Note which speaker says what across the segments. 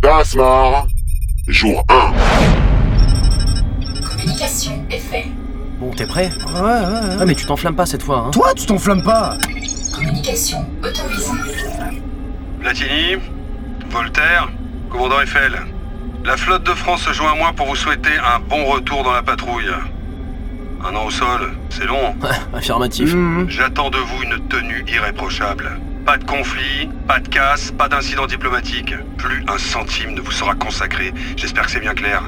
Speaker 1: Dasmar, jour 1.
Speaker 2: Communication effet.
Speaker 3: Bon, t'es prêt
Speaker 4: Ouais, ouais,
Speaker 3: Ah, mais tu t'enflammes pas cette fois, hein
Speaker 4: Toi, tu t'enflammes pas
Speaker 2: Communication autorisée.
Speaker 5: Platini, Voltaire, commandant Eiffel. La flotte de France se joint à moi pour vous souhaiter un bon retour dans la patrouille. Un an au sol, c'est long.
Speaker 3: Affirmatif.
Speaker 5: J'attends de vous une tenue irréprochable. Pas de conflit, pas de casse, pas d'incident diplomatique. Plus un centime ne vous sera consacré. J'espère que c'est bien clair.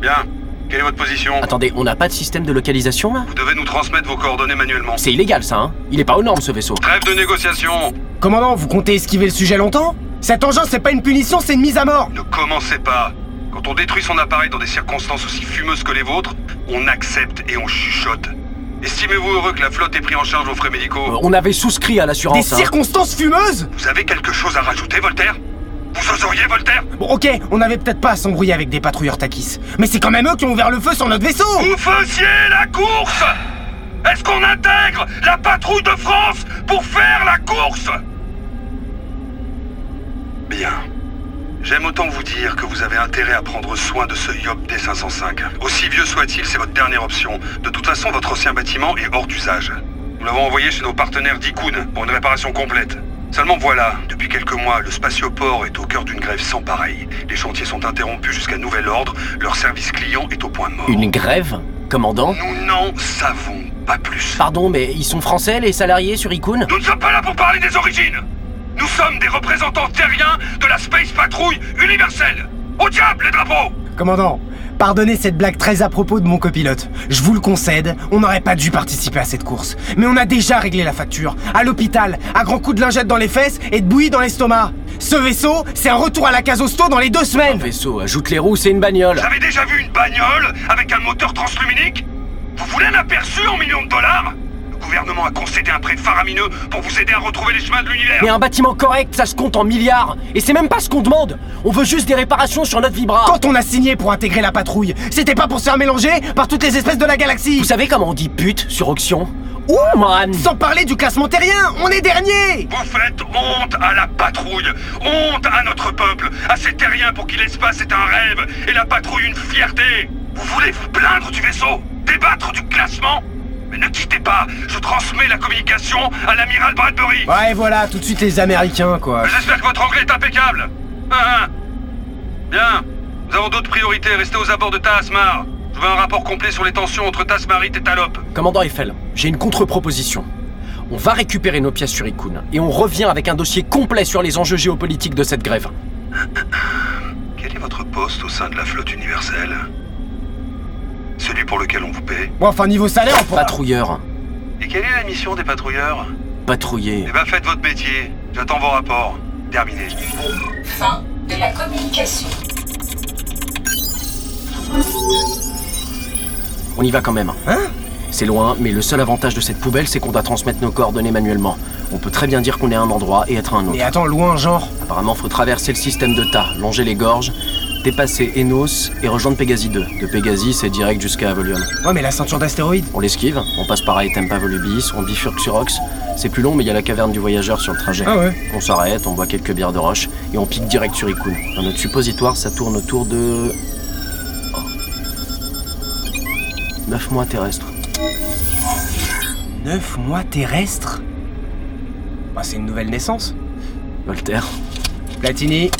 Speaker 5: Bien, quelle est votre position
Speaker 3: Attendez, on n'a pas de système de localisation là
Speaker 5: Vous devez nous transmettre vos coordonnées manuellement.
Speaker 3: C'est illégal ça, hein Il est pas aux normes ce vaisseau.
Speaker 5: Trêve de négociation
Speaker 4: Commandant, vous comptez esquiver le sujet longtemps Cet engin, c'est pas une punition, c'est une mise à mort
Speaker 5: Ne commencez pas. Quand on détruit son appareil dans des circonstances aussi fumeuses que les vôtres, on accepte et on chuchote. Estimez-vous heureux que la flotte ait pris en charge vos frais médicaux
Speaker 3: Euh, On avait souscrit à
Speaker 4: Des
Speaker 3: l'assurance. hein.
Speaker 4: circonstances fumeuses
Speaker 5: Vous avez quelque chose à rajouter, Voltaire Vous oseriez, Voltaire
Speaker 4: Bon, ok, on avait peut-être pas à s'embrouiller avec des patrouilleurs Takis, mais c'est quand même eux qui ont ouvert le feu sur notre vaisseau
Speaker 5: Vous faisiez la course Est-ce qu'on intègre la patrouille de France pour faire la course Bien. J'aime autant vous dire que vous avez intérêt à prendre soin de ce Yop D505. Aussi vieux soit-il, c'est votre dernière option. De toute façon, votre ancien bâtiment est hors d'usage. Nous l'avons envoyé chez nos partenaires d'Ikun pour une réparation complète. Seulement voilà, depuis quelques mois, le spatioport est au cœur d'une grève sans pareille. Les chantiers sont interrompus jusqu'à nouvel ordre, leur service client est au point mort.
Speaker 3: hein. Une grève Commandant
Speaker 5: Nous n'en savons pas plus.
Speaker 3: Pardon, mais ils sont français les salariés sur Ikun
Speaker 5: Nous ne sommes pas là pour parler des origines. Nous sommes des représentants terriens de la Space Patrouille universelle. Au diable les drapeaux
Speaker 4: Commandant, pardonnez cette blague très à propos de mon copilote. Je vous le concède, on n'aurait pas dû participer à cette course. Mais on a déjà réglé la facture, à l'hôpital, à grands coups de lingette dans les fesses et de bouillie dans l'estomac. Ce vaisseau, c'est un retour à la case hosto dans les deux
Speaker 3: Un
Speaker 4: semaines
Speaker 3: vaisseau, ajoute les roues, c'est une bagnole.
Speaker 5: Vous avez déjà vu une bagnole avec un moteur transluminique Vous voulez un aperçu en millions de dollars Le gouvernement a concédé un prêt faramineux pour vous aider à retrouver les chemins de l'univers.
Speaker 3: Mais un bâtiment correct, ça se compte en milliards Et c'est même pas ce qu'on demande On veut juste des réparations sur notre vibra
Speaker 4: Quand on a signé pour intégrer la patrouille, c'était pas pour se faire mélanger par toutes les espèces de la galaxie
Speaker 3: Vous savez comment on dit pute sur Auction Ouh, man
Speaker 4: Sans parler du classement terrien, on est dernier
Speaker 5: Vous faites honte à la patrouille, honte à notre peuple, à ces terriens pour qui l'espace est un rêve et la patrouille une fierté. Vous voulez vous plaindre du vaisseau, débattre du classement Mais ne quittez pas, je transmets la communication à l'amiral Bradbury.
Speaker 4: Ouais, voilà, tout de suite les Américains, quoi.
Speaker 5: J'espère que votre anglais est impeccable. Hein, hein. Bien, nous avons d'autres priorités, restez aux abords de Tasmar. Je veux un rapport complet sur les tensions entre Tasmarit et Talop.
Speaker 3: Commandant Eiffel, j'ai une contre-proposition. On va récupérer nos pièces sur Ikun et on revient avec un dossier complet sur les enjeux géopolitiques de cette grève.
Speaker 5: Quel est votre poste au sein de la flotte universelle Celui pour lequel on vous paie
Speaker 4: Bon, enfin, niveau salaire, on pourra...
Speaker 3: Patrouilleur,
Speaker 5: Et quelle est la mission des patrouilleurs
Speaker 3: patrouiller.
Speaker 5: Eh ben faites votre métier. J'attends vos rapports. Terminé.
Speaker 2: Fin de la communication.
Speaker 3: On y va quand même.
Speaker 4: Hein
Speaker 3: C'est loin, mais le seul avantage de cette poubelle, c'est qu'on doit transmettre nos coordonnées manuellement. On peut très bien dire qu'on est à un endroit et être à un autre.
Speaker 4: Mais attends, loin, genre.
Speaker 3: Apparemment, faut traverser le système de tas, longer les gorges, dépasser Enos et rejoindre Pégasi 2. De Pégasi, c'est direct jusqu'à Avolium.
Speaker 4: Ouais, mais la ceinture d'astéroïdes.
Speaker 3: On l'esquive, on passe par Aetempa Volubis, on bifurque sur Ox. C'est plus long, mais il y a la caverne du voyageur sur le trajet.
Speaker 4: Ah ouais
Speaker 3: On s'arrête, on boit quelques bières de roche et on pique direct sur Ikun. Dans notre suppositoire, ça tourne autour de. 9 mois terrestres.
Speaker 4: Neuf mois Ah, terrestres Bah, c'est une nouvelle naissance.
Speaker 3: Voltaire.
Speaker 4: Platini,